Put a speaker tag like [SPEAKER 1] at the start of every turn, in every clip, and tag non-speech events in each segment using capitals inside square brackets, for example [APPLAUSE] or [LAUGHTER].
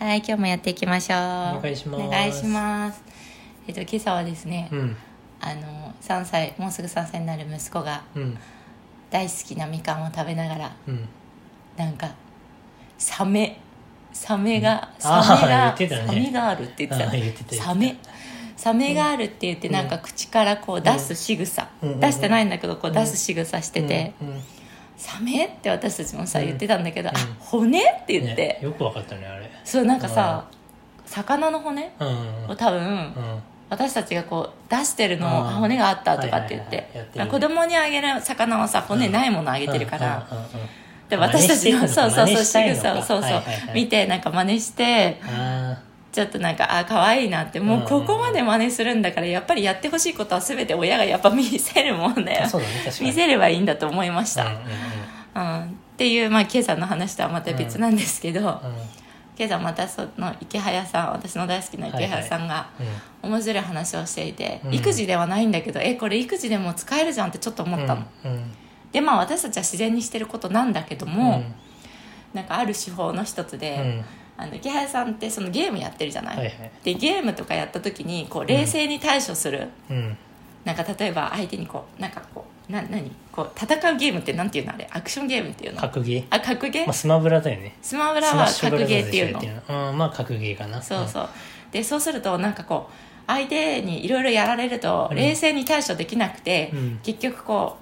[SPEAKER 1] はい、今日もやっていきましょう。お
[SPEAKER 2] 願いします
[SPEAKER 1] お願いします。えっと、今朝はですね、
[SPEAKER 2] うん
[SPEAKER 1] あの、3歳、もうすぐ3歳になる息子が
[SPEAKER 2] うん
[SPEAKER 1] 大好きなみかんを食べながら、
[SPEAKER 2] うん
[SPEAKER 1] なんか、サメ、サメが、
[SPEAKER 2] ん
[SPEAKER 1] サメ
[SPEAKER 2] あ
[SPEAKER 1] が、
[SPEAKER 2] ー言ってたね
[SPEAKER 1] サメがあるって言って
[SPEAKER 2] あ
[SPEAKER 1] た。
[SPEAKER 2] ー言ってた言ってた
[SPEAKER 1] サメ。サメがあるって言って、なんか口からこう出す仕草、
[SPEAKER 2] うん
[SPEAKER 1] 出してないんだけど、こう出す仕草してて、
[SPEAKER 2] うんうん
[SPEAKER 1] サメって私たちもさ、
[SPEAKER 2] うん
[SPEAKER 1] 言ってたんだけど、あ
[SPEAKER 2] うん、
[SPEAKER 1] 骨って言って、
[SPEAKER 2] ねよくわかったねあれ
[SPEAKER 1] そうなんかさ、魚の骨
[SPEAKER 2] うん
[SPEAKER 1] を多分、
[SPEAKER 2] うんうん
[SPEAKER 1] 私たちがこう出してるのを
[SPEAKER 2] うん
[SPEAKER 1] あ骨があったとかって言っ
[SPEAKER 2] はいはいはいやっててる
[SPEAKER 1] まあ子供にあげる魚はさ骨ないものあげてるから、
[SPEAKER 2] うんうんうんうん
[SPEAKER 1] で私たちの
[SPEAKER 2] 真似してん
[SPEAKER 1] そう
[SPEAKER 2] のか
[SPEAKER 1] そ
[SPEAKER 2] 真
[SPEAKER 1] うそう
[SPEAKER 2] 似したいのか
[SPEAKER 1] 仕草をそうそう、
[SPEAKER 2] はいはいはい
[SPEAKER 1] 見てなんか真似して
[SPEAKER 2] あ
[SPEAKER 1] ちょっとなんかあ可愛いなってもうここまで真似するんだからやっぱりやってほしいことは全て親がやっぱ見せるもんだ
[SPEAKER 2] ー
[SPEAKER 1] よ
[SPEAKER 2] そうだね確かに
[SPEAKER 1] 見せればいいんだと思いまし
[SPEAKER 2] うん
[SPEAKER 1] た、
[SPEAKER 2] うん
[SPEAKER 1] うんっていう、まあ、K さんの話とはまた別なんですけど、
[SPEAKER 2] うんうん
[SPEAKER 1] K さんまたその池早さん私の大好きな池早さんが、面白い話をしていて、
[SPEAKER 2] うん
[SPEAKER 1] 育児ではないんだけどえこれ育児でも使えるじゃんってちょっと思
[SPEAKER 2] うん
[SPEAKER 1] ったの、
[SPEAKER 2] うん
[SPEAKER 1] でまあ私たちは自然にしてることなんだけど
[SPEAKER 2] うん
[SPEAKER 1] も、なんかある手法の一つ
[SPEAKER 2] う
[SPEAKER 1] で、
[SPEAKER 2] ん
[SPEAKER 1] あの池原さんってそのゲームやってるじゃない、
[SPEAKER 2] はいはい
[SPEAKER 1] でゲームとかやった時にこう冷静に対処する、
[SPEAKER 2] うん
[SPEAKER 1] なんか例えば相手にこうなんかこうな何こう戦うゲームってなんていうのあれアクションゲームっていうの
[SPEAKER 2] 格ゲー
[SPEAKER 1] あ格ゲー、
[SPEAKER 2] まあスマブラだよね
[SPEAKER 1] スマ
[SPEAKER 2] ス
[SPEAKER 1] ブラ
[SPEAKER 2] マ
[SPEAKER 1] は
[SPEAKER 2] ッシュブ
[SPEAKER 1] 格
[SPEAKER 2] ラザ
[SPEAKER 1] ゲ
[SPEAKER 2] ー
[SPEAKER 1] ー
[SPEAKER 2] ズ
[SPEAKER 1] っ
[SPEAKER 2] で
[SPEAKER 1] て
[SPEAKER 2] し
[SPEAKER 1] い
[SPEAKER 2] ょ
[SPEAKER 1] う
[SPEAKER 2] や
[SPEAKER 1] の
[SPEAKER 2] ってるのうんまあ格ゲーかな
[SPEAKER 1] そうそう、でそうするとなんかこう相手にいろいろやられると
[SPEAKER 2] うん
[SPEAKER 1] 冷静に対処できなくて、
[SPEAKER 2] うん
[SPEAKER 1] 結局こ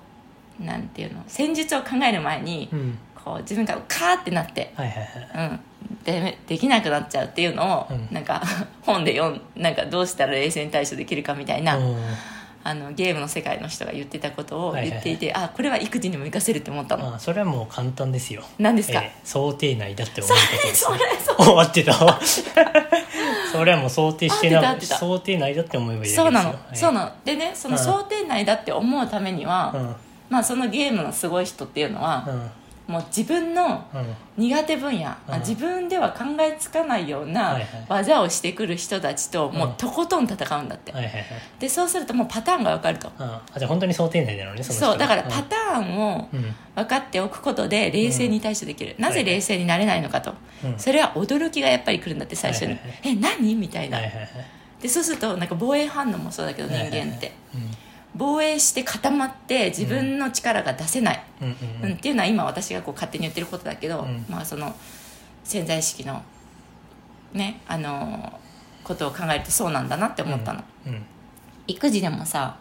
[SPEAKER 1] うなんていうの戦術を考える前に、
[SPEAKER 2] うんうん
[SPEAKER 1] こう自分がカーってなって、
[SPEAKER 2] はいはいはい
[SPEAKER 1] うん、でできなくなっちゃうっていうの
[SPEAKER 2] う
[SPEAKER 1] を、
[SPEAKER 2] ん
[SPEAKER 1] なんか [LAUGHS] 本で読んなんかどうしたら冷静に対処できるかみたいな、
[SPEAKER 2] うん
[SPEAKER 1] あのゲームの世界の人が言ってたことを
[SPEAKER 2] はいはいはい
[SPEAKER 1] 言っていて、あこれは育児にも生かせるって思ったの、
[SPEAKER 2] まあそれはもう簡単ですよ
[SPEAKER 1] 何ですか、
[SPEAKER 2] ええ想定内だって思うことです
[SPEAKER 1] [LAUGHS] それそ
[SPEAKER 2] [LAUGHS] 終わってたそれはもう想定して
[SPEAKER 1] 合っ
[SPEAKER 2] な
[SPEAKER 1] てた合ってた
[SPEAKER 2] 想定内だって思えばいいだ
[SPEAKER 1] そ
[SPEAKER 2] けで
[SPEAKER 1] うな
[SPEAKER 2] す
[SPEAKER 1] の、
[SPEAKER 2] よ
[SPEAKER 1] そうなのでねその
[SPEAKER 2] うん
[SPEAKER 1] 想定内だって思うためには、
[SPEAKER 2] はい
[SPEAKER 1] まあ、そのゲームのすごい人っていうのは、もう自分の
[SPEAKER 2] うんうんうん
[SPEAKER 1] 苦手分野、
[SPEAKER 2] うん
[SPEAKER 1] あ自分では考えつかないような
[SPEAKER 2] はいはい
[SPEAKER 1] 技をしてくる人たちともううんとことん戦うんだって、
[SPEAKER 2] はいはいはい
[SPEAKER 1] でそうするともうパターンが分かると
[SPEAKER 2] うんあじゃあ本当に想定内なのねその人
[SPEAKER 1] そうだからパ
[SPEAKER 2] ッ
[SPEAKER 1] ターンを
[SPEAKER 2] うん
[SPEAKER 1] 分かっておくことで冷静に対処できる、なぜ冷静になれないのかと、
[SPEAKER 2] うん
[SPEAKER 1] それは驚きがやっぱり来るんだって最初に「
[SPEAKER 2] はいはいは
[SPEAKER 1] え何?」みたいな、
[SPEAKER 2] はいはいはい
[SPEAKER 1] でそうするとなんか防衛反応もそうだけど人間って、
[SPEAKER 2] うん
[SPEAKER 1] 防衛して固まって自分の力が出せない、
[SPEAKER 2] うんう
[SPEAKER 1] うん、っ
[SPEAKER 2] ん
[SPEAKER 1] ていうのは今私がこう勝手に言ってることだけど、
[SPEAKER 2] うん
[SPEAKER 1] まあその潜在意識のねあのーことを考えるとそうなんだなって思ったの、
[SPEAKER 2] うんうん
[SPEAKER 1] 育児でもさ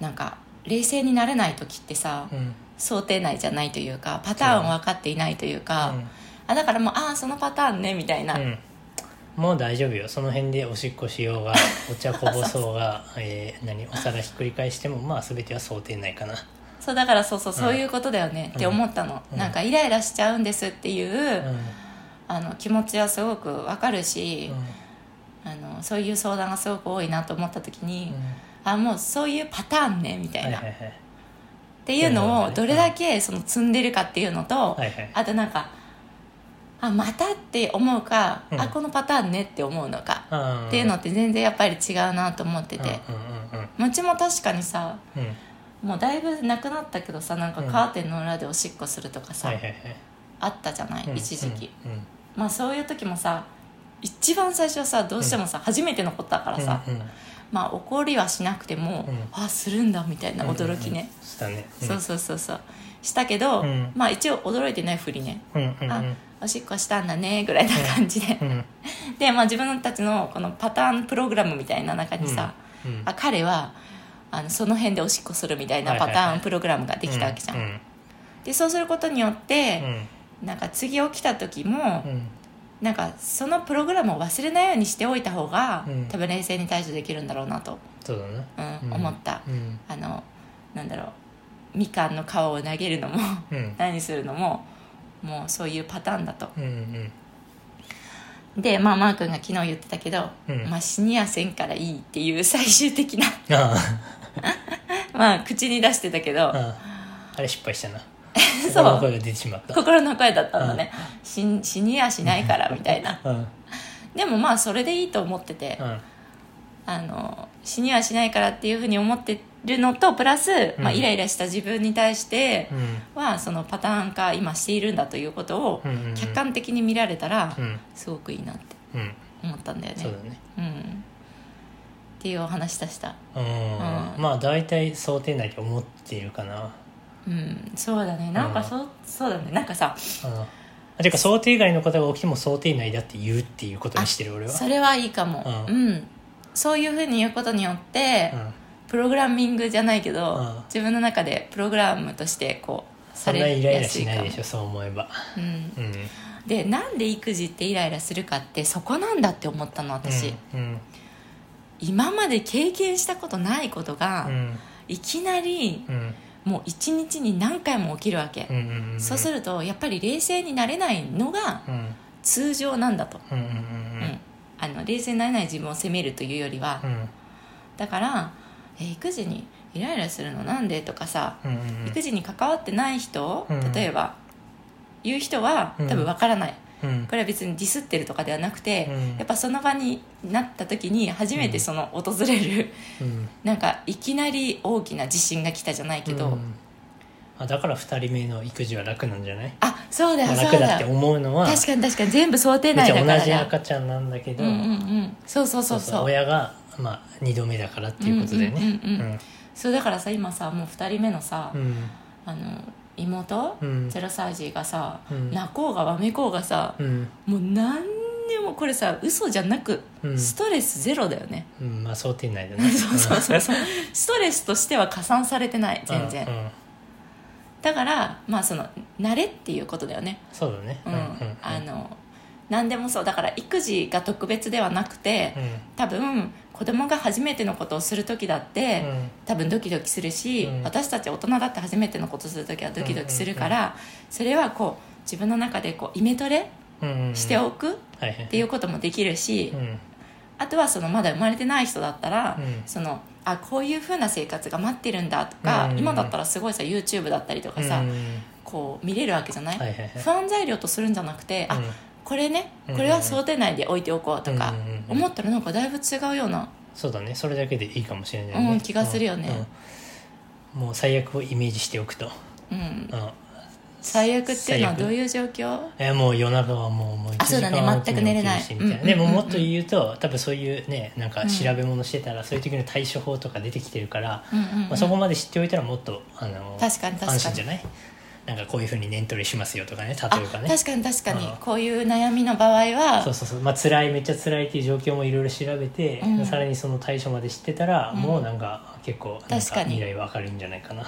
[SPEAKER 1] なんか冷静になれない時ってさ、
[SPEAKER 2] うん
[SPEAKER 1] 想定内じゃないというかパターン分かっていないというか、
[SPEAKER 2] うん
[SPEAKER 1] あだからもうああそのパターンねみたいな、
[SPEAKER 2] うんもう大丈夫よその辺でおしっこしよ
[SPEAKER 1] [LAUGHS]
[SPEAKER 2] うがお茶こぼそうがえー何お皿ひっくり返してもまあ全ては想定内かな
[SPEAKER 1] そうだからそうそうそういうことだよねって思ったの、
[SPEAKER 2] うん
[SPEAKER 1] なんかイライラしちゃうんですっていう、
[SPEAKER 2] うんうん
[SPEAKER 1] あの気持ちはすごく分かるし、あのそういう相談がすごく多いなと思った時に、あもうそういうパターンねみたい
[SPEAKER 2] は
[SPEAKER 1] な、
[SPEAKER 2] いはいはい
[SPEAKER 1] っていうのを
[SPEAKER 2] そうい
[SPEAKER 1] ど
[SPEAKER 2] うのがね
[SPEAKER 1] れだけその積んでるかっていうのと、
[SPEAKER 2] はいはい
[SPEAKER 1] あとなんかあまたって思うか、
[SPEAKER 2] うん
[SPEAKER 1] あこのパターンねって思うのか、
[SPEAKER 2] っ
[SPEAKER 1] っていうのって全然やっぱり違うなと思ってて、
[SPEAKER 2] うんうんうん
[SPEAKER 1] うちも確かにさ
[SPEAKER 2] うんうん
[SPEAKER 1] もうだいぶなくなったけどさなんかカーテンの裏でおしっこするとかさ、
[SPEAKER 2] はいはいはい
[SPEAKER 1] あったじゃない、
[SPEAKER 2] うん
[SPEAKER 1] 一時期、
[SPEAKER 2] うんうん
[SPEAKER 1] まあそういう時もさ一番最初はさどうしてもさ、初めてのことだからさ、
[SPEAKER 2] うんうん
[SPEAKER 1] まあ怒りはしなくても、
[SPEAKER 2] うん
[SPEAKER 1] あするんだみたいな驚きね、
[SPEAKER 2] うんうんしたね
[SPEAKER 1] そうそうそうそうしたけど、
[SPEAKER 2] うん
[SPEAKER 1] まあ一応驚いてないふりね、
[SPEAKER 2] うんうんうん
[SPEAKER 1] あおしっこしたんだねぐらいな感じで、
[SPEAKER 2] うんうん
[SPEAKER 1] [LAUGHS] で、まあ、自分たちのこのパターンプログラムみたいな中にさ、
[SPEAKER 2] うんうん
[SPEAKER 1] あ彼はあのその辺でおしっこするみたいな
[SPEAKER 2] はい
[SPEAKER 1] パ
[SPEAKER 2] はい
[SPEAKER 1] タ
[SPEAKER 2] はい
[SPEAKER 1] ーンプログラムができたわけじゃん、
[SPEAKER 2] うん
[SPEAKER 1] でそうすることによって
[SPEAKER 2] う、ん
[SPEAKER 1] なんか次起きた時も、
[SPEAKER 2] うん
[SPEAKER 1] なんかそのプログラムを忘れないようにしておいた方が、
[SPEAKER 2] うん
[SPEAKER 1] 多分冷静に対処できるんだろうなと、
[SPEAKER 2] そうだな
[SPEAKER 1] うん
[SPEAKER 2] うん
[SPEAKER 1] 思った
[SPEAKER 2] うん
[SPEAKER 1] あのなんだろうみかんの皮を投げるのも
[SPEAKER 2] うん
[SPEAKER 1] 何するのももうそういうパターンだと
[SPEAKER 2] うんうん
[SPEAKER 1] でまあマー君が昨日言ってたけど、
[SPEAKER 2] うん
[SPEAKER 1] まあ死にやせんからいいっていう最終的な [LAUGHS]
[SPEAKER 2] あ
[SPEAKER 1] まあ口に出してたけど
[SPEAKER 2] あああれ失敗したな
[SPEAKER 1] [LAUGHS] そう
[SPEAKER 2] 心の声が出てしまった
[SPEAKER 1] 心の声だったんだね、死ん死にやしないからみたいな
[SPEAKER 2] うんうん
[SPEAKER 1] でもまあそれでいいと思ってて、あの死にはしないからっていうふうに思ってるのとプラス、まあ、
[SPEAKER 2] うん
[SPEAKER 1] イライラした自分に対して
[SPEAKER 2] うん
[SPEAKER 1] はそのパターン化今しているんだということを
[SPEAKER 2] うんうんうん
[SPEAKER 1] 客観的に見られたら
[SPEAKER 2] うん
[SPEAKER 1] すごくいいなって
[SPEAKER 2] うん
[SPEAKER 1] 思ったんだよね
[SPEAKER 2] そうだね
[SPEAKER 1] うんっていうお話でした
[SPEAKER 2] うん
[SPEAKER 1] うん
[SPEAKER 2] まあ大体想定内と思っているかな
[SPEAKER 1] うんそうだねなんかそ,、うそうだねなんかさ
[SPEAKER 2] うんあてか想定外のことが起きても想定内だって言うっていうことにしてる俺は
[SPEAKER 1] それはいいかも
[SPEAKER 2] う
[SPEAKER 1] うん、そういうふうに言うことによって、
[SPEAKER 2] うん
[SPEAKER 1] プログラミングじゃないけど、
[SPEAKER 2] うん
[SPEAKER 1] 自分の中でプログラムとしてこう
[SPEAKER 2] そ
[SPEAKER 1] さ
[SPEAKER 2] んな
[SPEAKER 1] れ
[SPEAKER 2] イライ
[SPEAKER 1] や
[SPEAKER 2] ラ
[SPEAKER 1] す
[SPEAKER 2] し
[SPEAKER 1] いか
[SPEAKER 2] ない
[SPEAKER 1] も
[SPEAKER 2] でしょそう思えば
[SPEAKER 1] うん、
[SPEAKER 2] うん
[SPEAKER 1] でなんで育児ってイライラするかってそこなんだって思ったの私、
[SPEAKER 2] うん
[SPEAKER 1] 今まで経験したことないことが、
[SPEAKER 2] うん
[SPEAKER 1] いきなり
[SPEAKER 2] うん
[SPEAKER 1] もう一日に何回も起きるわけ
[SPEAKER 2] う、んうんうん
[SPEAKER 1] そうするとやっぱり冷静になれないのが
[SPEAKER 2] うん
[SPEAKER 1] 通常なんだと、
[SPEAKER 2] うんうん
[SPEAKER 1] うんあの冷静になれない自分を責めるというよりは、
[SPEAKER 2] うんうん
[SPEAKER 1] だから、えー育児にイライラするのなんでとかさ、
[SPEAKER 2] うんうん
[SPEAKER 1] 育児に関わってない人、
[SPEAKER 2] うん
[SPEAKER 1] 例えば言う人は
[SPEAKER 2] うん
[SPEAKER 1] 多分わからな
[SPEAKER 2] う
[SPEAKER 1] い、
[SPEAKER 2] ん
[SPEAKER 1] これは別にディスってるとかではなくて、
[SPEAKER 2] うん
[SPEAKER 1] やっぱその場になった時に初めてその訪れる、 [LAUGHS]
[SPEAKER 2] うん
[SPEAKER 1] なんかいきなり大きな地震が来たじゃないけど、
[SPEAKER 2] うんあだから2人目の育児は楽なんじゃない
[SPEAKER 1] あそうだよ
[SPEAKER 2] まあ
[SPEAKER 1] そ
[SPEAKER 2] 楽
[SPEAKER 1] うだ
[SPEAKER 2] だって
[SPEAKER 1] よ
[SPEAKER 2] 思うのは
[SPEAKER 1] 確かに確かに全部想定
[SPEAKER 2] めっ
[SPEAKER 1] 内
[SPEAKER 2] ち
[SPEAKER 1] だから
[SPEAKER 2] ゃ
[SPEAKER 1] な
[SPEAKER 2] 同じ赤ちゃんなんだけど
[SPEAKER 1] うんうんうんそうそうそうそう
[SPEAKER 2] 親が、まあ、2度目だからっていうことでね
[SPEAKER 1] うんうんうんうんそうだからさ今さもう2人目のさ、
[SPEAKER 2] うん
[SPEAKER 1] あの妹、
[SPEAKER 2] うん
[SPEAKER 1] 0歳児がさ、
[SPEAKER 2] うん
[SPEAKER 1] 泣こうがわめこうがさ、
[SPEAKER 2] うん
[SPEAKER 1] もう何にもこれさ嘘じゃなく、
[SPEAKER 2] うん
[SPEAKER 1] ストレスゼロだよね
[SPEAKER 2] うんまあ想定内だね
[SPEAKER 1] そうそうそうそうストレスとしては加算されてない全然、
[SPEAKER 2] うんうん
[SPEAKER 1] だからまあその慣れっていうことだよね
[SPEAKER 2] そうだね
[SPEAKER 1] うん、あの何でもそうだから育児が特別ではなくて、
[SPEAKER 2] うん
[SPEAKER 1] 多分子供が初めてのことをする時だって、
[SPEAKER 2] うん
[SPEAKER 1] 多分ドキドキするし、
[SPEAKER 2] うん
[SPEAKER 1] 私たち大人だって初めてのことする時はドキドキするから、それはこう自分の中でこうイメトレ
[SPEAKER 2] うんうん
[SPEAKER 1] しておくっ
[SPEAKER 2] はいはい
[SPEAKER 1] ていうこともできるし、
[SPEAKER 2] うん
[SPEAKER 1] あとはそのまだ生まれてない人だったら、
[SPEAKER 2] うん
[SPEAKER 1] そのあこういうふうな生活が待ってるんだとか、
[SPEAKER 2] うん
[SPEAKER 1] 今だったらすごいさ YouTube だったりとかさ、
[SPEAKER 2] うん
[SPEAKER 1] こう見れるわけじゃない、
[SPEAKER 2] はいはいはい
[SPEAKER 1] 不安材料とするんじゃなくて、
[SPEAKER 2] う
[SPEAKER 1] あ
[SPEAKER 2] ん
[SPEAKER 1] これね
[SPEAKER 2] うん
[SPEAKER 1] これは想定内で置いておこうとか
[SPEAKER 2] うんうんうん
[SPEAKER 1] 思ったらなんかだいぶ違うような
[SPEAKER 2] そうだねそれだけでいいかもしれないね
[SPEAKER 1] うん気がするよね
[SPEAKER 2] うんもう最悪をイメージしておくと
[SPEAKER 1] うん
[SPEAKER 2] うん
[SPEAKER 1] 最悪っていうのは
[SPEAKER 2] 最悪
[SPEAKER 1] どういう状況
[SPEAKER 2] えもう夜中はもうもう1
[SPEAKER 1] あそう
[SPEAKER 2] 時
[SPEAKER 1] だ
[SPEAKER 2] 間
[SPEAKER 1] ね
[SPEAKER 2] は起き
[SPEAKER 1] 全く寝れない
[SPEAKER 2] 起きるしみたいな
[SPEAKER 1] うん
[SPEAKER 2] でも
[SPEAKER 1] うん
[SPEAKER 2] もっと言うと多分そういうねなんか調べ物してたらそういう時の対処法とか出てきてるから
[SPEAKER 1] うんうんうん
[SPEAKER 2] まあそこまで知っておいたらもっとあの
[SPEAKER 1] 確かに確かに
[SPEAKER 2] 安心じゃないなんかこういうふうに念トレしますよとかね
[SPEAKER 1] あ
[SPEAKER 2] 例えばね
[SPEAKER 1] 確かに確かに
[SPEAKER 2] うん
[SPEAKER 1] こういう悩みの場合は
[SPEAKER 2] そうそうそうまあ辛いめっちゃ辛いっていう状況もいろいろ調べて、
[SPEAKER 1] うん
[SPEAKER 2] さらにその対処まで知ってたら、
[SPEAKER 1] うん
[SPEAKER 2] もうなんか結構なん
[SPEAKER 1] 確かに
[SPEAKER 2] 未来は明るいんじゃないかな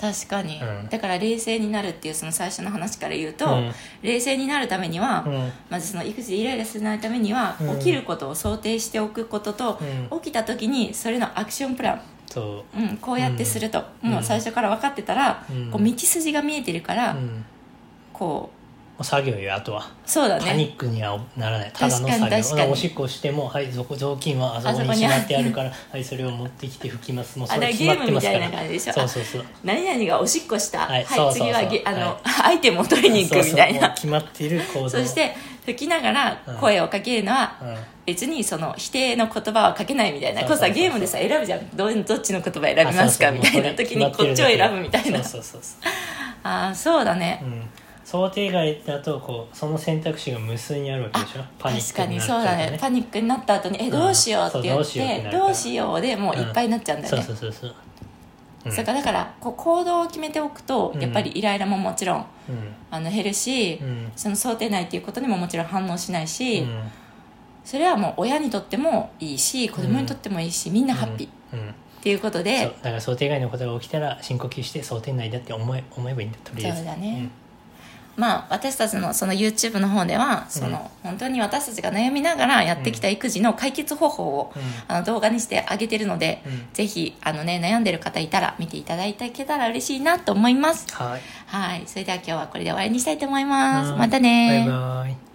[SPEAKER 1] 確かに、
[SPEAKER 2] うん
[SPEAKER 1] だから冷静になるっていうその最初の話から言うと、
[SPEAKER 2] うん
[SPEAKER 1] 冷静になるためには、
[SPEAKER 2] うん
[SPEAKER 1] まずその育児でイライラしないためには、
[SPEAKER 2] うん
[SPEAKER 1] 起きることを想定しておくことと、
[SPEAKER 2] うん
[SPEAKER 1] 起きた時にそれのアクションプラン、
[SPEAKER 2] そ
[SPEAKER 1] うん、こうやってすると、
[SPEAKER 2] うん
[SPEAKER 1] もう最初から分かってたら、
[SPEAKER 2] うん
[SPEAKER 1] こう道筋が見えてるから、
[SPEAKER 2] う、うん、も
[SPEAKER 1] こ
[SPEAKER 2] う作業よあとは
[SPEAKER 1] うそうだ
[SPEAKER 2] パニ
[SPEAKER 1] ね
[SPEAKER 2] ックにはならないただの作
[SPEAKER 1] 確かに確か
[SPEAKER 2] 業
[SPEAKER 1] に
[SPEAKER 2] おしっこしてもはいぞこ雑巾はあそこ
[SPEAKER 1] あそこ
[SPEAKER 2] に
[SPEAKER 1] に
[SPEAKER 2] しまってあるからはいそれを持ってきて拭きますもう
[SPEAKER 1] あ
[SPEAKER 2] そ
[SPEAKER 1] だ
[SPEAKER 2] れ
[SPEAKER 1] か
[SPEAKER 2] 決ま
[SPEAKER 1] らゲー
[SPEAKER 2] っ
[SPEAKER 1] ム
[SPEAKER 2] て
[SPEAKER 1] み
[SPEAKER 2] ます
[SPEAKER 1] た
[SPEAKER 2] か
[SPEAKER 1] いな感
[SPEAKER 2] ら
[SPEAKER 1] じでしょ
[SPEAKER 2] そうそうそう
[SPEAKER 1] 何々がおしっこした、
[SPEAKER 2] は
[SPEAKER 1] はいい
[SPEAKER 2] そうそうそう
[SPEAKER 1] 次はげあの、
[SPEAKER 2] は
[SPEAKER 1] アイテムを取りに行くみたい
[SPEAKER 2] そうそうもう
[SPEAKER 1] な
[SPEAKER 2] 決まっている行動
[SPEAKER 1] そして吹きながら
[SPEAKER 2] うん
[SPEAKER 1] 声をかけるのは、
[SPEAKER 2] うん
[SPEAKER 1] 別にその否定の言葉はかけないみたいな
[SPEAKER 2] そう
[SPEAKER 1] こ
[SPEAKER 2] そうそ
[SPEAKER 1] れ
[SPEAKER 2] う
[SPEAKER 1] さゲームでさ選ぶじゃんどどっちの言葉選びますか
[SPEAKER 2] あそうそう
[SPEAKER 1] みたい
[SPEAKER 2] も
[SPEAKER 1] な
[SPEAKER 2] うそれ
[SPEAKER 1] 時にこっちを選ぶみたいな
[SPEAKER 2] そうそうそうそう
[SPEAKER 1] ああそうだね、
[SPEAKER 2] うん想定外だとこうその選択肢が無数にあるわけでしょパニッ
[SPEAKER 1] 確
[SPEAKER 2] ク
[SPEAKER 1] か
[SPEAKER 2] に
[SPEAKER 1] に
[SPEAKER 2] なっ
[SPEAKER 1] そ
[SPEAKER 2] ちゃう
[SPEAKER 1] う
[SPEAKER 2] と
[SPEAKER 1] だねパニックになった後に「え
[SPEAKER 2] ん
[SPEAKER 1] どうしよう」って言
[SPEAKER 2] そうどう
[SPEAKER 1] っ
[SPEAKER 2] しようって
[SPEAKER 1] て
[SPEAKER 2] なる
[SPEAKER 1] 「
[SPEAKER 2] から
[SPEAKER 1] どうしよう」でもういっぱいになっちゃうんだ
[SPEAKER 2] そ
[SPEAKER 1] よ
[SPEAKER 2] う
[SPEAKER 1] ね
[SPEAKER 2] そうそうそううん
[SPEAKER 1] そうかだからこう行動を決めておくと
[SPEAKER 2] うん
[SPEAKER 1] やっぱりイライラももちろん
[SPEAKER 2] うん
[SPEAKER 1] あの減るし
[SPEAKER 2] うん
[SPEAKER 1] その想定内っていうことにももちろん反応しないうし
[SPEAKER 2] ん
[SPEAKER 1] それはもう親にとってもいいし子供にとってもいいしみんなハッピーっ
[SPEAKER 2] うんうん
[SPEAKER 1] ていうこと
[SPEAKER 2] そう
[SPEAKER 1] で
[SPEAKER 2] だから想定外のことが起きたら深呼吸して想定内だって思え思えばいいんだとりあえず
[SPEAKER 1] そうだねまあ、私たちのその YouTube の方ではその本当に私たちが悩みながらやってきた育児の解決方法を
[SPEAKER 2] うん
[SPEAKER 1] あの動画にしてあげてるので
[SPEAKER 2] うん
[SPEAKER 1] ぜひあの、ね、悩んでる方いたら見ていただいけたら嬉しいなと思います
[SPEAKER 2] はい
[SPEAKER 1] はいそれでは今日はこれで終わりにしたいと思います
[SPEAKER 2] はい
[SPEAKER 1] またね
[SPEAKER 2] バイバイ